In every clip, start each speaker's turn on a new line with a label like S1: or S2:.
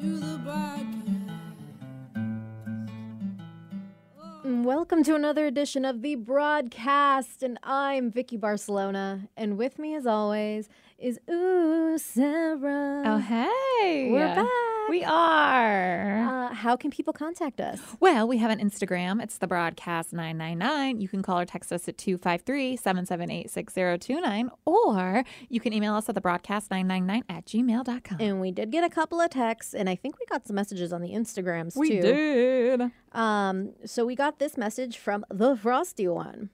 S1: and Mm, welcome to another edition of the broadcast. And I'm Vicky Barcelona, and with me, as always, is Ooh Sarah.
S2: Oh, hey.
S1: We're back.
S2: We are.
S1: Uh, how can people contact us?
S2: Well, we have an Instagram. It's the broadcast 999. You can call or text us at 253 778 6029, or you can email us at the broadcast 999 at gmail.com.
S1: And we did get a couple of texts, and I think we got some messages on the Instagrams
S2: we
S1: too.
S2: did.
S1: Um, so we got this message from the frosty one.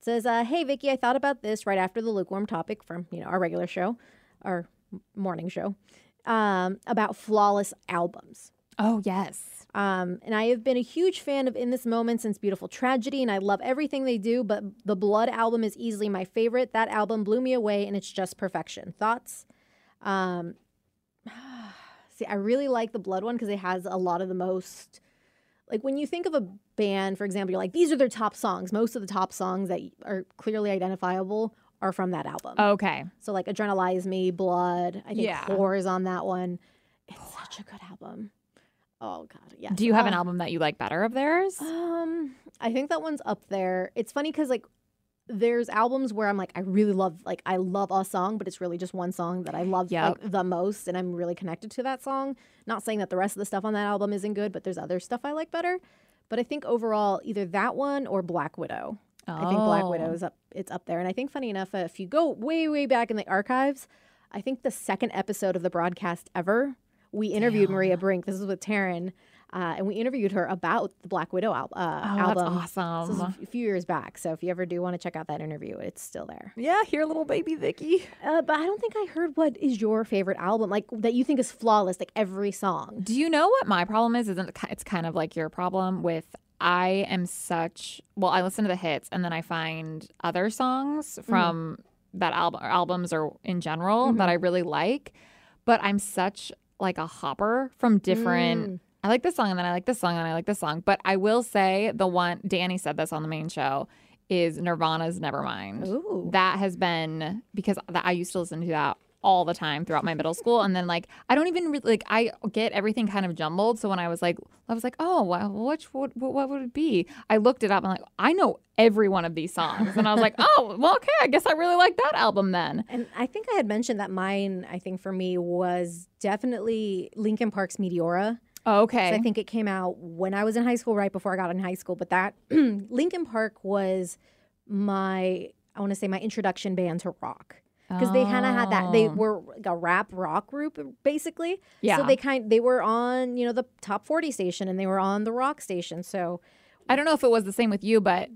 S1: It says, uh, "Hey Vicky, I thought about this right after the lukewarm topic from you know our regular show, our m- morning show, um, about flawless albums.
S2: Oh, yes.
S1: Um, and I have been a huge fan of In This Moment since Beautiful Tragedy, and I love everything they do. But the Blood album is easily my favorite. That album blew me away, and it's just perfection. Thoughts? Um, see, I really like the Blood one because it has a lot of the most like when you think of a band, for example, you're like, these are their top songs. Most of the top songs that are clearly identifiable are from that album.
S2: Okay.
S1: So like Adrenalize Me, Blood, I think
S2: Yeah.
S1: Whore is on that one. It's such a good album. Oh god, yeah.
S2: Do you have an
S1: Uh,
S2: album that you like better of theirs?
S1: Um, I think that one's up there. It's funny because like there's albums where I'm like, I really love like I love a song, but it's really just one song that I love
S2: Yep.
S1: like the most, and I'm really connected to that song. Not saying that the rest of the stuff on that album isn't good, but there's other stuff I like better. But I think overall, either that one or Black Widow. I think Black
S2: Oh.
S1: Widow is up. It's up there, and I think funny enough, uh, if you go way way back in the archives, I think the second episode of the broadcast ever, we interviewed
S2: Damn.
S1: Maria Brink. This is with Taryn, uh, and we interviewed her about the Black Widow al- uh,
S2: Oh,
S1: album.
S2: that's
S1: So this
S2: awesome.
S1: is a f- few years back. So if you ever do want to check out that interview, it's still there.
S2: yeah, here, little baby Vicky.
S1: Uh, but I don't think I heard what is your favorite album, like that you think is flawless, like every song.
S2: Do you know what my problem is? Isn't it ki- it's kind of like your problem with I am such well, I listen to the hits and then I find other songs from that album or albums or in general that I really like, but I'm such like a hopper from different. I like this song and then I like this song and I like this song, but I will say the one Danny said this on the main show is Nirvana's Nevermind
S1: Ooh.
S2: that has been because th- I used to listen to that all the time throughout my middle school and then like I don't even re- like I get everything kind of jumbled so when I was like I was like oh well, which what, what what would it be I looked it up and like I know every one of these songs and I was like oh well okay I guess I really like that album then
S1: And I think I had mentioned that mine, I think for me, was definitely Linkin Park's Meteora.
S2: okay
S1: So I think it came out when I was in high school, right before I got in high school. But that Linkin Park was my, I want to say, my introduction band to rock because they kind of had that. They
S2: Oh.
S1: were like a rap rock group, basically.
S2: Yeah.
S1: So they kind they were on you know the top forty station and they were on the rock station. So
S2: I don't know if it was the same with you but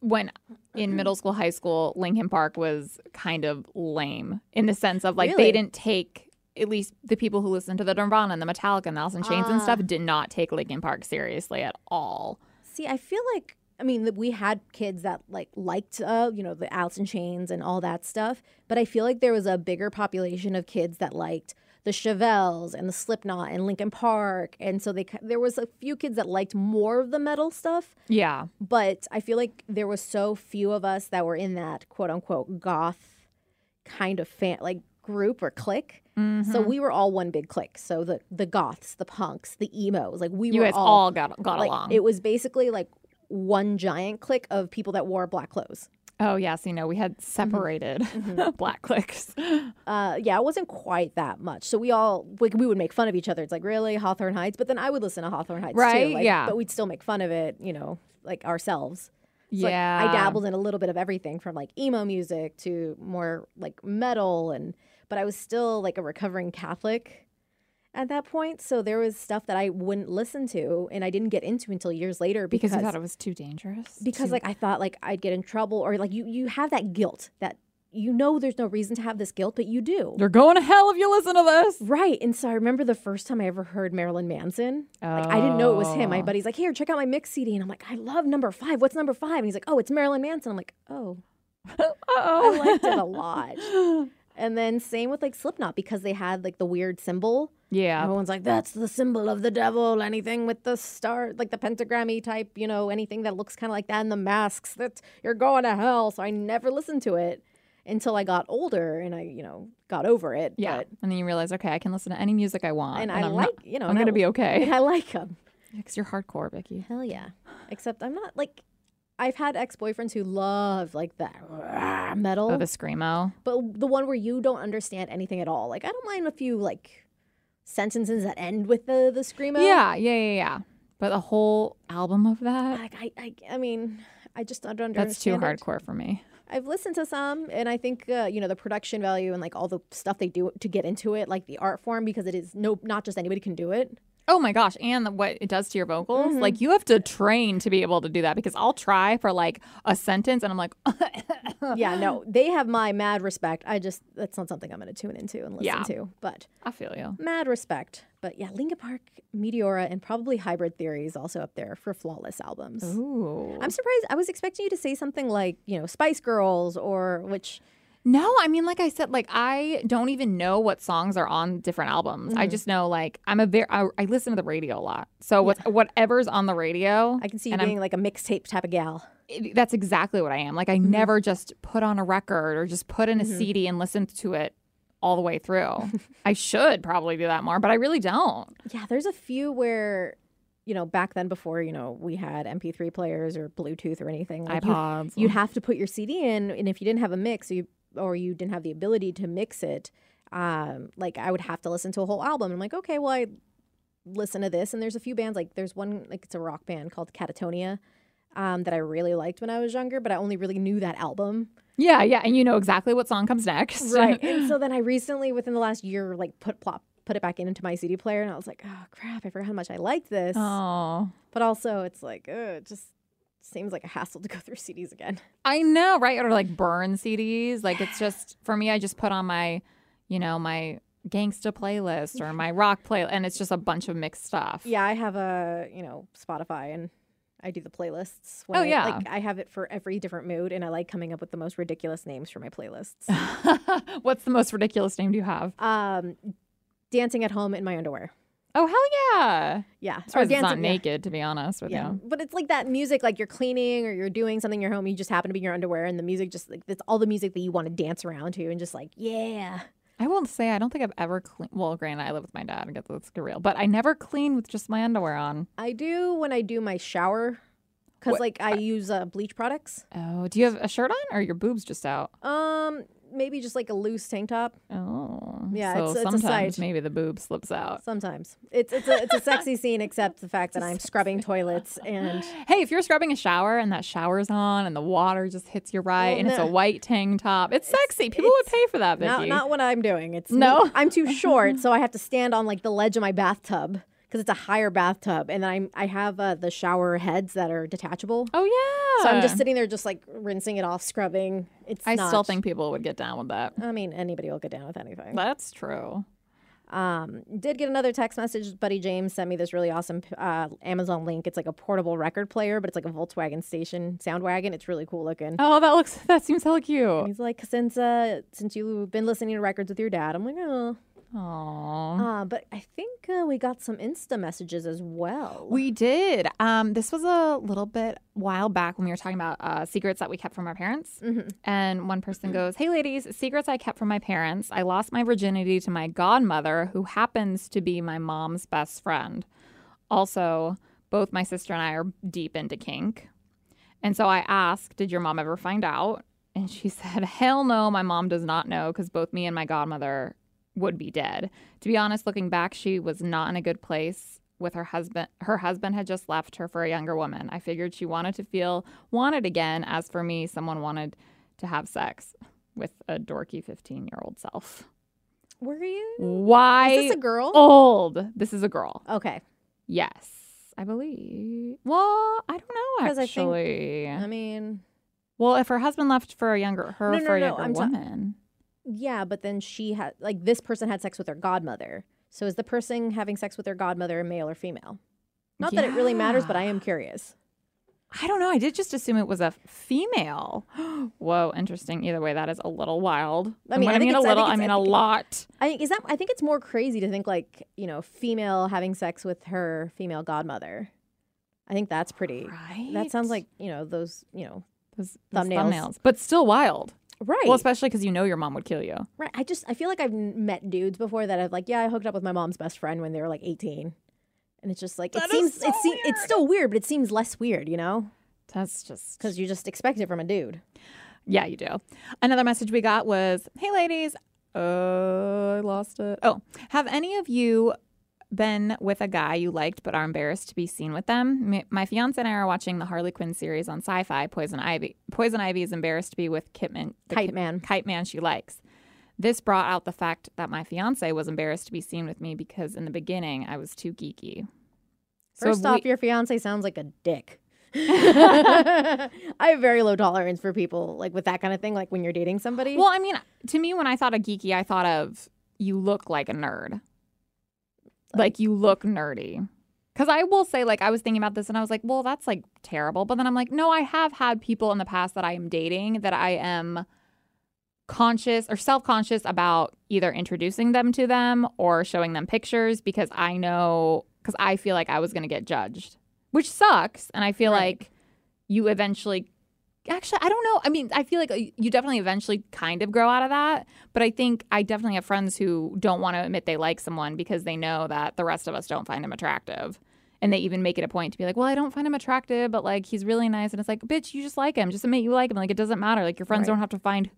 S2: when in
S1: Mm-hmm.
S2: middle school high school Linkin Park was kind of lame in the sense of like
S1: Really?
S2: they didn't take at least the people who listened to the Nirvana and the Metallica and the Alice in Chains and
S1: Ah.
S2: stuff did not take Linkin Park seriously at all.
S1: see, I feel like. I mean, that we had kids that like liked, uh, you know, the Alice in Chains and all that stuff. But I feel like there was a bigger population of kids that liked the Chevelles and the Slipknot and Linkin Park, and so they ki- there was a few kids that liked more of the metal stuff.
S2: Yeah.
S1: but I feel like there was so few of us that were in that quote unquote goth kind of fan like group or clique. So
S2: Mm-hmm.
S1: we were all one big clique. So the the goths, the punks, the emos, like we
S2: You
S1: were
S2: guys all, got got
S1: like,
S2: along.
S1: It was basically like one giant clique of people that wore black clothes.
S2: oh yes, you know, we
S1: Mm-hmm.
S2: had separated black clicks.
S1: Uh, yeah, it wasn't quite that much. So we all like we would make fun of each other. It's like really Hawthorne Heights, but then I would listen to Hawthorne Heights
S2: Right,
S1: too. Like,
S2: yeah.
S1: but we'd still make fun of it, you know, like ourselves. It's like,
S2: yeah.
S1: I dabbled in a little bit of everything from like emo music to more like metal and but I was still like a recovering Catholic at that point, so there was stuff that I wouldn't listen to and I didn't get into until years later
S2: because
S1: because
S2: you thought it was too dangerous.
S1: because like I thought like I'd get in trouble or like you you have that guilt that you know there's no reason to have this guilt but you do.
S2: you're going to hell if you listen to this.
S1: Right. And so I remember the first time I ever heard Marilyn Manson. Like I didn't know it was him. My
S2: Oh.
S1: buddy's like, here, check out my mix CD. And I'm like, I love number five. What's number five? And he's like, oh, it's Marilyn Manson. I'm like, oh, I
S2: Uh-oh.
S1: liked it a lot. And then same with like Slipknot because they had like the weird symbol.
S2: yeah.
S1: Everyone's like, that's the symbol of the devil. Anything with the star, like the pentagrammy type, you know, anything that looks kind of like that and the masks, that you're going to hell. So I never listened to it until I got older and I, you know, got over it.
S2: Yeah.
S1: But,
S2: and then you realize, okay, I can listen to any music I want.
S1: and I
S2: I'm
S1: like,
S2: not-
S1: you know,
S2: I'm going to
S1: and I-
S2: be okay.
S1: and I like them.
S2: Because you're hardcore, Vicky.
S1: Hell yeah. Except I'm not like I've had ex boyfriends who love like that metal,
S2: Oh, the screamo.
S1: but the one where you don't understand anything at all. Like I don't mind a few like sentences that end with the the screamo.
S2: Yeah, yeah, yeah, yeah. But a whole album of that.
S1: Like I, I, I mean, I just don't understand.
S2: That's too
S1: it.
S2: hardcore for me.
S1: I've listened to some, and I think uh, you know the production value and like all the stuff they do to get into it, like the art form, because it is no, not just anybody can do it.
S2: Oh my gosh, and the- what it does to your vocals.
S1: Mm-hmm.
S2: Like you have to train to be able to do that because I'll try for like a sentence and I'm like
S1: yeah, no, they have my mad respect. I just that's not something I'm going to tune into and listen
S2: Yeah.
S1: to, but
S2: I feel you.
S1: mad respect. But yeah, Linkin Park, Meteora, and probably Hybrid Theory is also up there for flawless albums.
S2: Ooh.
S1: I'm surprised. I was expecting you to say something like you know Spice Girls or which
S2: No, I mean like I said like I don't even know what songs are on different albums.
S1: Mm-hmm.
S2: I just know like I'm a very I, I listen to the radio a lot. So what whatever's on the radio,
S1: I can see you
S2: And I'm-
S1: being like a mixtape type of gal.
S2: it- that's exactly what I am. Like I
S1: Mm-hmm.
S2: never just put on a record or just put in a CD and listen to it all the way through. I should probably do that more, but I really don't.
S1: Yeah, there's a few where, you know, back then before, you know, we had MP3 players or Bluetooth or anything, like you,
S2: iPods.
S1: you'd have to put your CD in. And if you didn't have a mix you, or you didn't have the ability to mix it, um, like I would have to listen to a whole album. I'm like, okay, well, I listen to this. And there's a few bands, like there's one, like it's a rock band called Catatonia um, that I really liked when I was younger, but I only really knew that album.
S2: Yeah, yeah, and you know exactly what song comes next.
S1: Right. and so then I recently, within the last year, like put plop. Put it back into my CD player, and I was like, "Oh crap! I forgot how much I liked this."
S2: oh.
S1: But also, it's like, ugh, it just seems like a hassle to go through CDs again.
S2: I know, right? Or like burn CDs. Like it's just for me I just put on my, you know, my gangsta playlist or my rock play and it's just a bunch of mixed stuff.
S1: Yeah, I have a, you know, Spotify and I do the playlists. When
S2: Oh,
S1: I-
S2: yeah.
S1: Like, I have it for every different mood, and I like coming up with the most ridiculous names for my playlists.
S2: What's the most ridiculous name do you have?
S1: um, dancing at home in my underwear.
S2: Oh hell yeah.
S1: Yeah.
S2: As far as it's not
S1: dancing- yeah,
S2: naked, to be honest with
S1: Yeah.
S2: you.
S1: But it's like that music, like you're cleaning or you're doing something in your home, you just happen to be in your underwear, and the music just like, that's all the music that you want to dance around to, and just like, yeah.
S2: I won't say I don't think I've ever cleaned. Well, granted, I live with my dad. I guess let's get real, but I never clean with just my underwear on.
S1: I do when I do my shower, because
S2: What-
S1: like I use uh, bleach products.
S2: Oh, do you have a shirt on or are your boobs just out?
S1: Um, maybe just like a loose tank top.
S2: Oh,
S1: Yeah,
S2: So
S1: it's- it's a
S2: sometimes
S1: side.
S2: maybe the boob slips out.
S1: Sometimes it's it's a it's a sexy scene, except the fact that I'm scrubbing toilets and
S2: Hey, if you're scrubbing a shower and that shower's on and the water just hits you right
S1: Well,
S2: and it's a
S1: no.
S2: white tank top, it's, sexy. People would pay for that, Vicky.
S1: not not what I'm doing. It's me-
S2: No?
S1: I'm too short, so I have to stand on like the ledge of my bathtub because it's a higher bathtub, and I'm I have uh, the shower heads that are detachable.
S2: oh yeah.
S1: So I'm just sitting there, just like rinsing it off, scrubbing. It's
S2: I
S1: not-
S2: still think people would get down with that.
S1: I mean, anybody will get down with anything.
S2: That's true.
S1: Um, did get another text message. Buddy James sent me this really awesome uh, Amazon link. It's like a portable record player, but it's like a Volkswagen station sound wagon. It's really cool looking.
S2: Oh, that looks. That seems hella
S1: And
S2: cute.
S1: he's like, since uh, since you've been listening to records with your dad, I'm like, oh.
S2: Aww.
S1: Uh, but I think uh, we got some Insta messages as well.
S2: We did. Um, this was a little bit while back when we were talking about uh, secrets that we kept from our parents. And one person goes, Hey, ladies, secrets I kept from my parents. I lost my virginity to my godmother, who happens to be my mom's best friend. Also, both my sister and I are deep into kink. And so I asked, Did your mom ever find out? And she said, Hell no, my mom does not know because both me and my godmother would be dead. To be honest, looking back, she was not in a good place with her husband. Her husband had just left her for a younger woman. I figured she wanted to feel wanted again. As for me, someone wanted to have sex with a dorky 15 year old self.
S1: Were you?
S2: Why
S1: Is this a girl?
S2: Oh. old? This is a girl.
S1: Okay.
S2: Yes, I believe. Well, I don't know
S1: 'Cause I think-
S2: actually.
S1: I mean,
S2: well, if her husband left for a younger her
S1: No, no,
S2: for a
S1: no,
S2: younger
S1: I'm ta-
S2: woman.
S1: yeah, but then she had like this person had sex with her godmother. So is the person having sex with their godmother male or female? Not that it really matters, but I am curious.
S2: I don't know. I did just assume it was a female. Whoa, interesting. Either way, that is a little wild.
S1: I
S2: And
S1: mean,
S2: when
S1: I think
S2: a
S1: it's- I
S2: little,
S1: think
S2: I,
S1: it's-
S2: mean
S1: I
S2: a
S1: think-
S2: lot.
S1: I is that I think it's more crazy to think like, you know, female having sex with her female godmother. I think that's pretty
S2: Right.
S1: That sounds like, you know, those, you know,
S2: those, those
S1: thumbnails.
S2: thumbnails. but still wild.
S1: right.
S2: Well, especially because you know your mom would kill you.
S1: right. I just I feel like I've n- met dudes before that have like, yeah, I hooked up with my mom's best friend when they were like 18. And it's just like it
S2: That is
S1: seems
S2: so
S1: it seems it's
S2: weird.
S1: still weird, but it seems less weird, you know,
S2: That's just
S1: because you just expect it from a dude.
S2: Yeah, you do. Another message we got was, "Hey ladies, uh, I lost it. Oh, have any of you been with a guy you liked but are embarrassed to be seen with them? M- My fiance and I are watching the Harley Quinn series on Sci-Fi. Poison Ivy. Poison Ivy is embarrassed to be with Kitman, the
S1: Kite
S2: Kit-
S1: man.
S2: kite man she likes." This brought out the fact that my fiance was embarrassed to be seen with me because in the beginning I was too geeky.
S1: First
S2: have
S1: off,
S2: we-
S1: your fiance sounds like a dick. I have very low tolerance for people like with that kind of thing, like when you're dating somebody.
S2: well, I mean, to me, when I thought of geeky, I thought of you look like a nerd. Like you look nerdy. Because I will say, like, I was thinking about this and I was like, well, that's like terrible. But then I'm like, no, I have had people in the past that I am dating that I am conscious or self conscious about either introducing them to them or showing them pictures because I know, because I feel like I was going to get judged, which sucks. And I feel
S1: Right.
S2: like you eventually actually i don't know i mean i feel like uh, you definitely eventually kind of grow out of that but i think i definitely have friends who don't want to admit they like someone because they know that the rest of us don't find him attractive and they even make it a point to be like well i don't find him attractive but like he's really nice and it's like bitch you just like him just admit you like him like it doesn't matter like your friends
S1: Right.
S2: don't have to find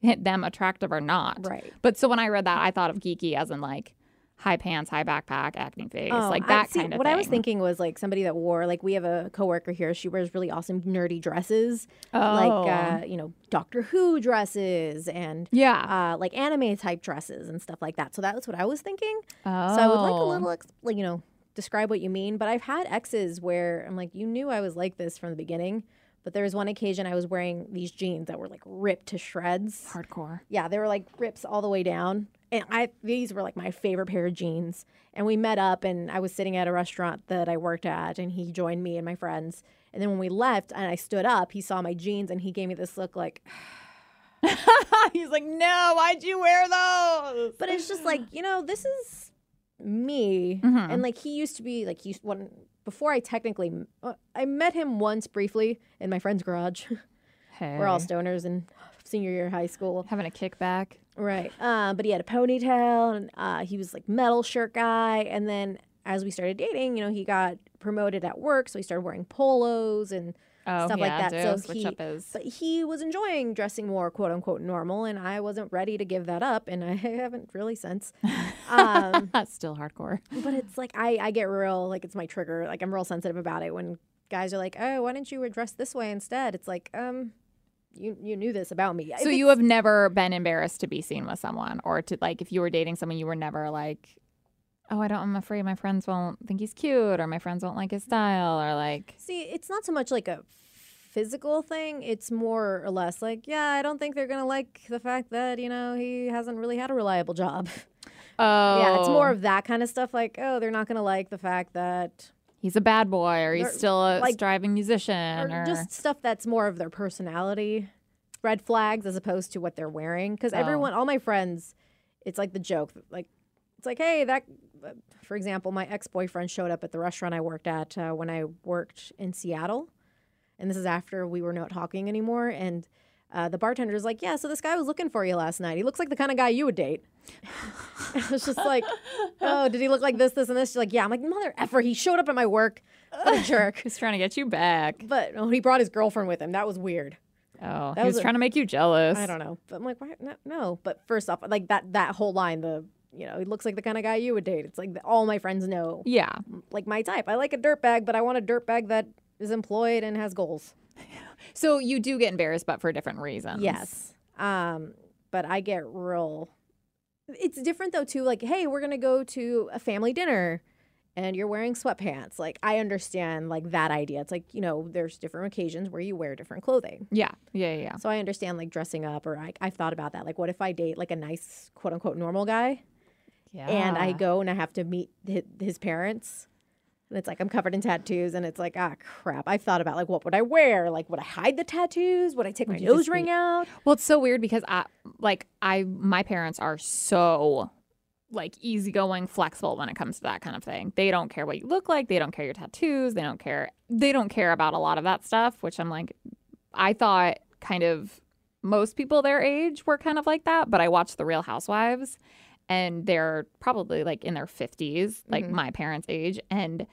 S2: hit them attractive or not
S1: right.
S2: but so when i read that i thought of geeky as in like high pants high backpack acne face
S1: Oh,
S2: like
S1: I-
S2: that
S1: see,
S2: kind of
S1: What I was
S2: thing.
S1: thinking was like somebody that wore like we have a coworker here. She wears really awesome nerdy dresses,
S2: Oh.
S1: like uh, you know Doctor Who dresses and
S2: yeah
S1: uh, like anime type dresses and stuff like that. So that was what I was thinking. uh, So I would like a
S2: Oh.
S1: little, ex- like, you know, describe what you mean. But I've had exes where I'm like, you knew I was like this from the beginning. But there was one occasion I was wearing these jeans that were like ripped to shreds.
S2: hardcore
S1: Yeah, they were like rips all the way down. And I these were like my favorite pair of jeans. And we met up and I was sitting at a restaurant that I worked at and he joined me and my friends. And then when we left and I stood up, he saw my jeans and he gave me this look like
S2: He's like, no, why'd you wear those?
S1: But it's just like you know, this is me,
S2: Mhm.
S1: and like he used to be like he used- when before I technically uh, I met him once briefly in my friend's garage.
S2: Hey.
S1: We're all stoners in senior year of high school,
S2: having a kickback.
S1: right? Uh, but he had a ponytail, and uh, he was like metal shirt guy, and then as we started dating, you know, he got promoted at work, so he started wearing polos and
S2: Oh,
S1: Stuff like
S2: yeah,
S1: that.
S2: dude,
S1: So
S2: switch
S1: he-
S2: up is.
S1: but he was enjoying dressing more quote unquote normal and i wasn't ready to give that up and i haven't really since um,
S2: That's still hardcore.
S1: but it's like I, I get real like it's my trigger like i'm real sensitive about it when guys are like oh why didn't you dress this way instead it's like um you you knew this about me If
S2: So you
S1: it's-
S2: have never been embarrassed to be seen with someone, or to like, if you were dating someone, you were never like, oh, I don't. I'm afraid my friends won't think he's cute, or my friends won't like his style, or like.
S1: see it's not so much like a physical thing it's more or less like yeah i don't think they're gonna like the fact that you know he hasn't really had a reliable job
S2: Oh,
S1: yeah it's more of that kind of stuff like oh they're not gonna like the fact that
S2: he's a bad boy, or he's
S1: Or,
S2: still a
S1: like-
S2: striving musician,
S1: or
S2: or
S1: just stuff that's more of their personality red flags as opposed to what they're wearing because
S2: Oh.
S1: everyone all my friends it's like the joke like it's like hey that for example my ex-boyfriend showed up at the restaurant i worked at uh, when i worked in seattle and this is after we were not talking anymore and uh, the bartender's like yeah so this guy was looking for you last night he looks like the kind of guy you would date I was just like, oh, did he look like this, this, and this? She's like, yeah. I'm like, mother effer, he showed up at my work. What a jerk.
S2: he's trying to get you back.
S1: But oh, he brought his girlfriend with him. That was weird.
S2: Oh,
S1: That
S2: he
S1: was
S2: was
S1: a-
S2: trying to make you jealous.
S1: I don't know. But I'm like, why? No, no. But first off, like that that whole line, the you know, he looks like the kind of guy you would date. It's like the, all my friends know,
S2: Yeah.
S1: like my type. I like a dirtbag, but I want a dirtbag that is employed and has goals.
S2: So you do get embarrassed, but for different reasons.
S1: Yes. Um, but I get real. It's different though too. Like, hey, we're gonna go to a family dinner, and you're wearing sweatpants. Like, I understand like that idea. It's like you know, there's different occasions where you wear different clothing.
S2: Yeah. Yeah. Yeah. yeah.
S1: So I understand like dressing up, or I, I've thought about that. Like, what if I date like a nice quote unquote normal guy, and I
S2: Yeah.
S1: go and I have to meet his, his parents, and it's like I'm covered in tattoos, and it's like ah crap. I've thought about like what would I wear? Like, would I hide the tattoos? Would I take my
S2: you just
S1: nose ring out?
S2: Well, it's so weird because I like I my parents are so like easygoing, flexible when it comes to that kind of thing. They don't care what you look like. They don't care your tattoos. They don't care. They don't care about a lot of that stuff. Which I'm like, I thought kind of most people their age were kind of like that, but I watched The Real Housewives. and they're probably like in their 50s, like my parents' age. And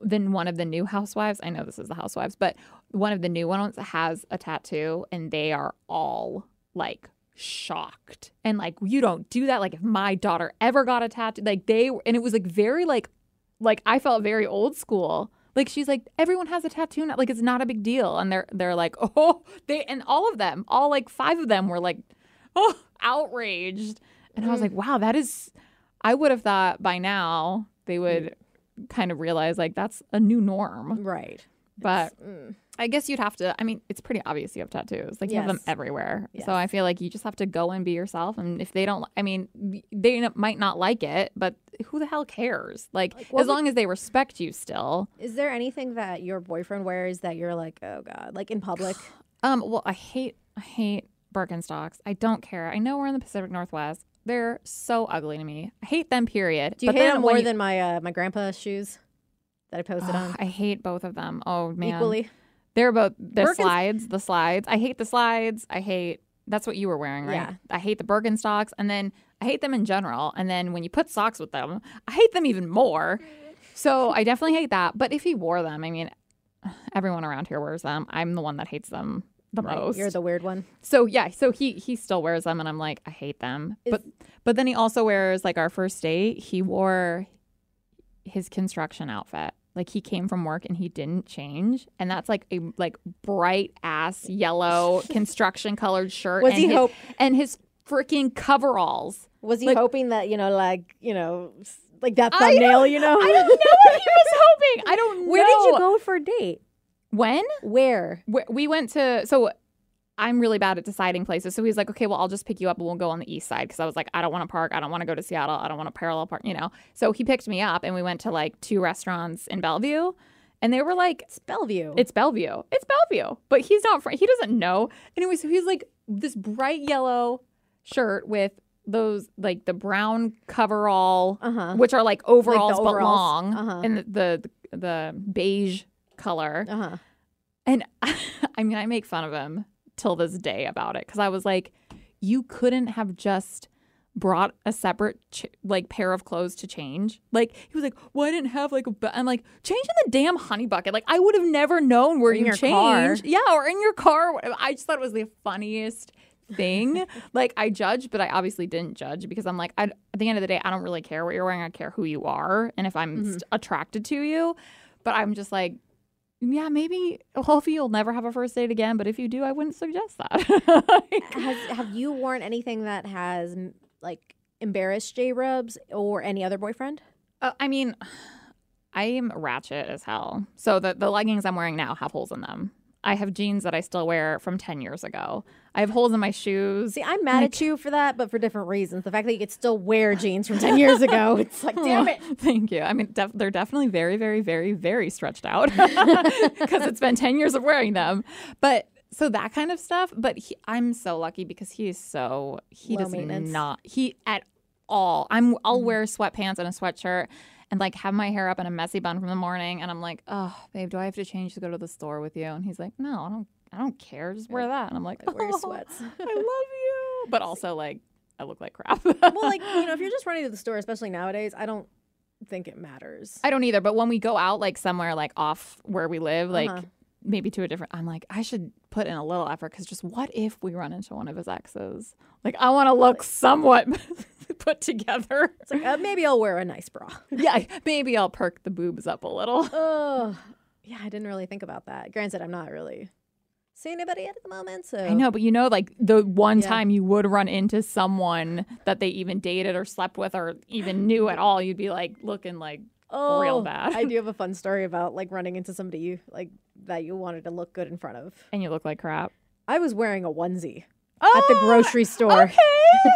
S2: then one of the new housewives, I know this is the housewives, but one of the new ones has a tattoo and they are all like shocked and like you don't do that like if my daughter ever got a tattoo like they and it was like very like like I felt very old school. Like she's like everyone has a tattoo now. Like it's not a big deal, and they're they're like oh they and all of them, all like five of them were like oh outraged, and I was like wow that is I would have thought by now they would kind of realize like that's a new norm,
S1: Right.
S2: but
S1: Mm.
S2: I guess you'd have to. I mean it's pretty obvious you have tattoos, like you have them
S1: Yes.
S2: everywhere.
S1: Yes.
S2: So I feel like you just have to go and be yourself, and if they don't, I mean they n- might not like it, but who the hell cares? Like,
S1: Like, what
S2: as
S1: would-
S2: long as they respect you still.
S1: Is there anything that your boyfriend wears that you're like, oh god, like in public?
S2: Um, well, I hate I hate Birkenstocks. I don't care. I know we're in the Pacific Northwest. They're so ugly to me. I hate them. Period.
S1: Do you
S2: But
S1: hate
S2: then
S1: him
S2: when
S1: more
S2: you-
S1: than my uh, my grandpa's shoes that I posted
S2: Ugh,
S1: on?
S2: I hate both of them. Oh man,
S1: Equally.
S2: they're both the
S1: Birkens-
S2: slides. The slides. I hate the slides. I hate. That's what you were wearing, right?
S1: Yeah.
S2: I hate the Birkenstocks, and then I hate them in general. And then when you put socks with them, I hate them even more. So I definitely hate that. But if he wore them, I mean, everyone around here wears them. I'm the one that hates them the
S1: Right,
S2: most.
S1: You're the weird one.
S2: So yeah, so he he still wears them, and I'm like, I hate them.
S1: Is-
S2: but but then he also wears like our first date. He wore his construction outfit. Like he came from work and he didn't change, and that's like a like bright ass yellow construction colored shirt.
S1: Was
S2: and
S1: he
S2: his,
S1: hope-
S2: and his freaking coveralls.
S1: Was he
S2: Like-
S1: hoping that you know, like you know, s- like that
S2: I
S1: thumbnail? You know,
S2: I don't know what he was hoping. I don't.
S1: Oh. where did
S2: know.
S1: you go for a date?
S2: When
S1: Where?
S2: Wh- we went to so I'm really bad at deciding places. So he's like, okay, well, I'll just pick you up and we'll go on the east side because I was like, I don't want to park. I don't want to go to Seattle. I don't want to parallel park, you know. So he picked me up and we went to like two restaurants in Bellevue, and they were like,
S1: It's Bellevue.
S2: it's Bellevue. It's Bellevue. But he's not. Fr- he doesn't know. Anyway, so he's like this bright yellow shirt with those like the brown coverall,
S1: Uh-huh.
S2: which are like overalls, but
S1: overalls.
S2: long,
S1: Uh-huh.
S2: and the, the the beige color.
S1: uh huh.
S2: And I mean, I make fun of him till this day about it because I was like, you couldn't have just brought a separate ch- like pair of clothes to change. Like he was like, well, I didn't have like a. Bu-. I'm like, change in the damn honey bucket. Like I would have never known where
S1: in
S2: you
S1: your car.
S2: changed. Yeah, or in your car. or whatever. I just thought it was the funniest thing. like I judged, but I obviously didn't judge because I'm like, I, at the end of the day, I don't really care what you're wearing. I care who you are and if I'm
S1: Mm-hmm.
S2: st- attracted to you. But I'm just like, yeah, maybe hopefully you'll never have a first date again, but if you do, I wouldn't suggest that. Like,
S1: Has, have you worn anything that has m- like embarrassed J Rubs or any other boyfriend?
S2: uh, I mean, I am ratchet as hell. So the, the leggings I'm wearing now have holes in them. I have jeans that I still wear from 10 years ago. I have holes in my shoes.
S1: See, I'm mad at you for that, but for different reasons. The fact that you could still wear jeans from ten years ago, it's like, damn it.
S2: Thank you. I mean, def- they're definitely very, very, very, very stretched out because it's been 10 years of wearing them. But so that kind of stuff. But he, I'm so lucky because he is so, he
S1: Low
S2: does
S1: maintenance.
S2: not, he at all. I'm, I'll
S1: Mm-hmm.
S2: wear sweatpants and a sweatshirt and like have my hair up in a messy bun from the morning. And I'm like, oh, babe, do I have to change to go to the store with you? And he's like, no, I don't, I don't care. Just wear that. And I'm like,
S1: Like, wear your
S2: "Oh,
S1: sweats.
S2: I love you. But also, like, I look like crap.
S1: Well, like you know, if you're just running to the store, especially nowadays, I don't think it matters.
S2: I don't either. But when we go out, like somewhere like off where we live, like
S1: Uh-huh.
S2: maybe to a different, I'm like, I should put in a little effort because just what if we run into one of his exes? Like, I want to look somewhat put together.
S1: It's like uh, maybe I'll wear a nice bra.
S2: yeah, maybe I'll perk the boobs up a little.
S1: Oh, yeah, I didn't really think about that. Granted, I'm not really seeing anybody at the moment, so
S2: I know, but you know, like the one
S1: Yeah.
S2: time you would run into someone that they even dated or slept with or even knew at all, you'd be like looking like,
S1: oh,
S2: real bad.
S1: I do have a fun story about like running into somebody you like that you wanted to look good in front of.
S2: and you look like crap.
S1: I was wearing a onesie
S2: Oh,
S1: at the grocery store.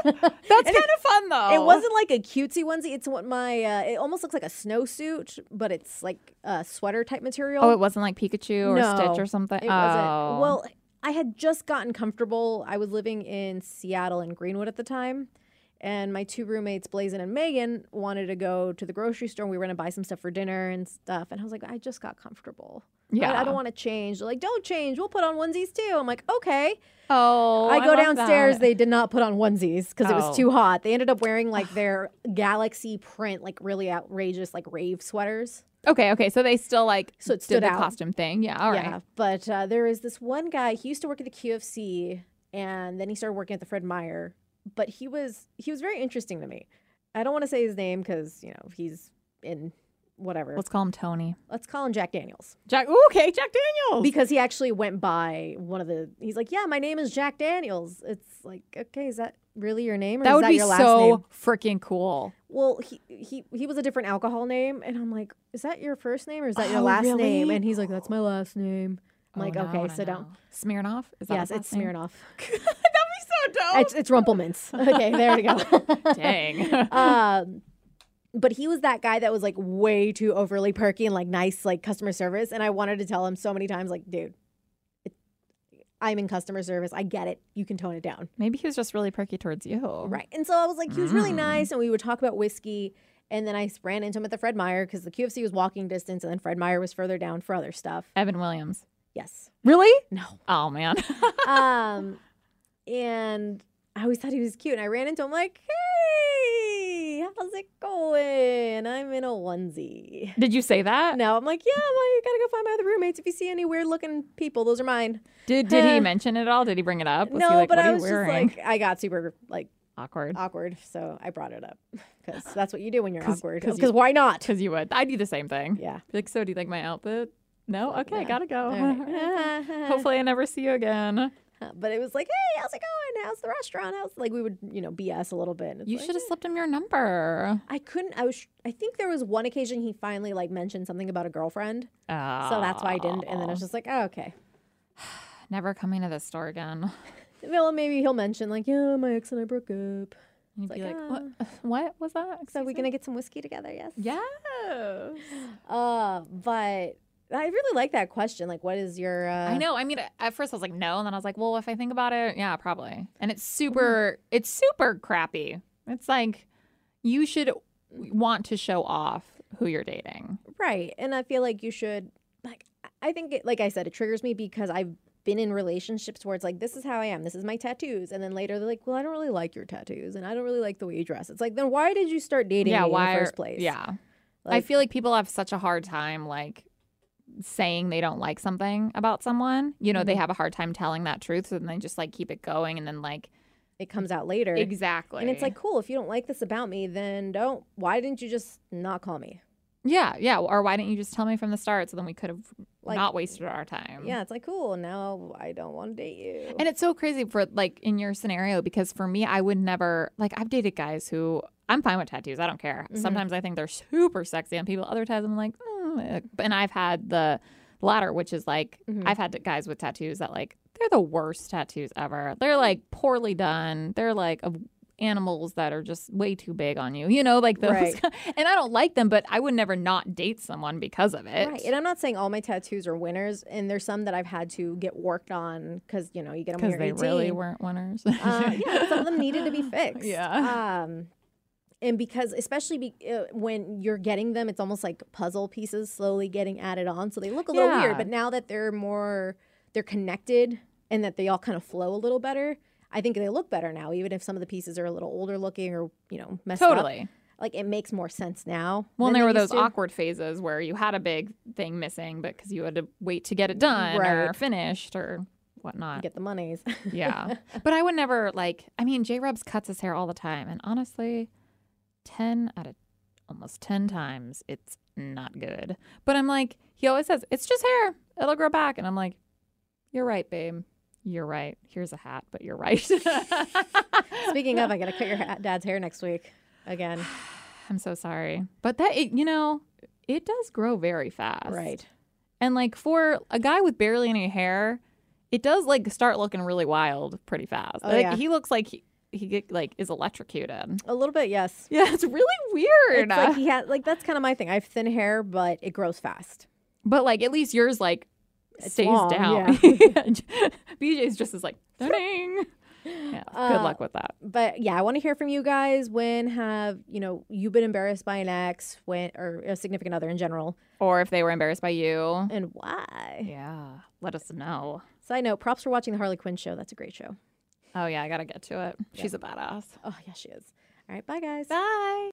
S2: Okay. That's kind of fun though.
S1: It wasn't like a cutesy onesie. It's what my uh, it almost looks like a snowsuit, but it's like a sweater type material.
S2: Oh, it wasn't like Pikachu or Stitch
S1: No,
S2: or something.
S1: It
S2: oh.
S1: wasn't. Well, I had just gotten comfortable. I was living in Seattle and Greenwood at the time. And my two roommates, Blazin and Megan, wanted to go to the grocery store. And we were going to buy some stuff for dinner and stuff. And I was like, I just got comfortable. I- I,
S2: Yeah.
S1: don't want to change. They're like, don't change. We'll put on onesies too. I'm like, okay.
S2: Oh,
S1: I go
S2: love
S1: downstairs.
S2: that.
S1: They did not put on onesies because it
S2: Oh.
S1: was too hot. They ended up wearing like their galaxy print, like really outrageous, like rave sweaters.
S2: Okay, okay. So they still like
S1: So it
S2: did
S1: stood
S2: the
S1: out.
S2: costume thing. Yeah, all right.
S1: yeah, but uh, there is this one guy. He used to work at the QFC, and then he started working at the Fred Meyer. But he was he was very interesting to me. I don't want to say his name because you know he's in whatever. Let's,
S2: Let's call him Tony.
S1: call him Jack Daniels
S2: Jack. Ooh, okay, Jack Daniels.
S1: because he actually went by one of the. He's like, yeah, my name is Jack Daniels. It's like, okay, is that really your name? Or
S2: that
S1: is
S2: would
S1: that
S2: be
S1: your last
S2: so
S1: name?
S2: freaking cool.
S1: Well, he he he was a different alcohol name, and I'm like, is that your first name or is that your
S2: Oh,
S1: last name?
S2: really?
S1: And he's like, that's my last name. I'm
S2: Oh,
S1: like,
S2: now I
S1: okay,
S2: wanna
S1: so
S2: know.
S1: don't.
S2: Smirnoff. Is that
S1: Yes,
S2: his
S1: it's
S2: last name?
S1: Smirnoff.
S2: That'd be so dope.
S1: It's it's Rumplemans. Okay, there we go.
S2: Dang.
S1: um, but he was that guy that was like way too overly perky and like nice, like customer service. And I wanted to tell him so many times, like, dude, it, I'm in customer service. I get it. You can tone it down.
S2: Maybe he was just really perky towards you.
S1: Right. And so I was like, he was really
S2: Mm-hmm. Mm.
S1: nice. And we would talk about whiskey. And then I ran into him at the Fred Meyer because the QFC was walking distance. And then Fred Meyer was further down for other stuff.
S2: Evan Williams.
S1: Yes.
S2: Really?
S1: No.
S2: Oh man.
S1: um, and I always thought he was cute. And I ran into him like, hey, how's it going? I'm in a onesie.
S2: Did you say that?
S1: No, I'm like, yeah, well, you gotta go find my other roommates. If you see any weird looking people, those are mine.
S2: Did Did he
S1: Huh.
S2: mention it at all? Did he bring it up? Was
S1: no,
S2: he like,
S1: but
S2: what
S1: I
S2: are
S1: was
S2: you wearing?
S1: just like, uh, I got super like
S2: Awkward.
S1: awkward, so I brought it up because that's what you do when you're
S2: 'Cause-
S1: awkward.
S2: 'cause
S1: Because
S2: you-
S1: why not?
S2: Because you would. I do the same thing.
S1: Yeah.
S2: Be Like, so do you like my outfit? No. Okay,
S1: Yeah.
S2: gotta go.
S1: All right.
S2: Hopefully, I never see you again.
S1: But it was like, hey, how's it going? How's the restaurant? How's like we would, you know, BS a little bit. and it's
S2: You
S1: like,
S2: should have slipped him your number.
S1: I couldn't. I was. I think there was one occasion he finally like mentioned something about a girlfriend, so that's why I didn't. And then I was just like, oh, okay.
S2: never coming to this store again.
S1: Well, maybe he'll mention like, yeah, my ex and I broke up.
S2: You'd
S1: It's
S2: be
S1: like, "Uh,
S2: like, what? What was that?
S1: So we
S2: Excuse me?"
S1: gonna get some whiskey together? Yes.
S2: Yes.
S1: Uh, but I really like that question. Like, what is your? Uh,
S2: I know. I mean, at first I was like, no, and then I was like, well, if I think about it, yeah, probably. And it's
S1: Mm-hmm.
S2: super, it's super crappy. It's like you should want to show off who you're dating.
S1: Right. And I feel like you should like I- I think it, like I said it triggers me because I've been in relationships where it's like this is how I am. This is my tattoos. And then later they're like, "Well, I don't really like your tattoos and I don't really like the way you dress." It's like, "Then why did you start dating
S2: yeah,
S1: me
S2: why?
S1: in
S2: are-
S1: the first place?"
S2: Yeah, I
S1: Like,
S2: feel like people have such a hard time like saying they don't like something about someone. You know, they
S1: Mhm.
S2: have a hard time telling that truth, so then they just like keep it going, and then like
S1: it comes out later.
S2: exactly,
S1: And it's like, "Cool, if you don't like this about me, then don't why didn't you just not call me?"
S2: yeah, yeah. Or why didn't you just tell me from the start? So then we could have
S1: Like-
S2: not wasted our time.
S1: Yeah, it's like, "Cool, now I don't want to date you."
S2: And it's so crazy for like in your scenario because for me, I would never like I've dated guys who I'm fine with tattoos. I don't care.
S1: Mhm.
S2: Sometimes I think they're super sexy on people. Other times I'm like, mm. and I've had the latter, which is like
S1: Mhm.
S2: I've had guys with tattoos that like they're the worst tattoos ever. They're like poorly done. They're like of animals that are just way too big on you. You know, like those.
S1: Right.
S2: and I don't like them, but I would never not date someone because of it.
S1: Right, and I'm not saying all my tattoos are winners, and there's some that I've had to get worked on because you know you get them when
S2: Because
S1: you're
S2: they
S1: 18.
S2: really weren't winners.
S1: uh, yeah, some of them needed to be fixed.
S2: Yeah.
S1: Um, and because, especially be, uh, when you're getting them, it's almost like puzzle pieces slowly getting added on. So they look a little weird.
S2: Yeah.
S1: But now that they're more, they're connected and that they all kind of flow a little better, I think they look better now, even if some of the pieces are a little older looking or, you know, messed up.
S2: Totally.
S1: Like it makes more sense now. than
S2: Well, and there
S1: they
S2: were
S1: used
S2: those
S1: to.
S2: awkward phases where you had a big thing missing, but because you had to wait to get it done or
S1: Right.
S2: finished or whatnot.
S1: Get the monies.
S2: yeah. But I would never, like, I mean, J Rubs cuts his hair all the time. And honestly, 10 out of almost 10 times, it's not good. But I'm like, he always says, it's just hair. It'll grow back. And I'm like, you're right, babe. You're right. Here's a hat, but you're right.
S1: Speaking of, I got to cut your ha- dad's hair next week again.
S2: I'm so sorry. But that, it, you know, it does grow very fast. And like for a guy with barely any hair, it does like start looking really wild pretty fast.
S1: Oh,
S2: like
S1: yeah.
S2: he looks like he, he get, like is electrocuted.
S1: A little bit, yes.
S2: Yeah, it's really
S1: It's
S2: weird.
S1: like he had like that's kind of my thing. I have thin hair, but it grows fast.
S2: but like at least yours like
S1: It's
S2: stays
S1: long,
S2: down.
S1: yeah.
S2: BJ's just is like ding. Yeah, good
S1: Uh,
S2: luck with that.
S1: but yeah, I want to hear from you guys. When have you know you been embarrassed by an ex, when or a significant other in general,
S2: Or if they were embarrassed by you.
S1: and why?
S2: Yeah, let us know.
S1: Side note: props for watching the Harley Quinn show. That's a great show.
S2: Oh, yeah, I got to get to it. She's a badass.
S1: Oh yeah, she is. All right, bye guys.
S2: Bye.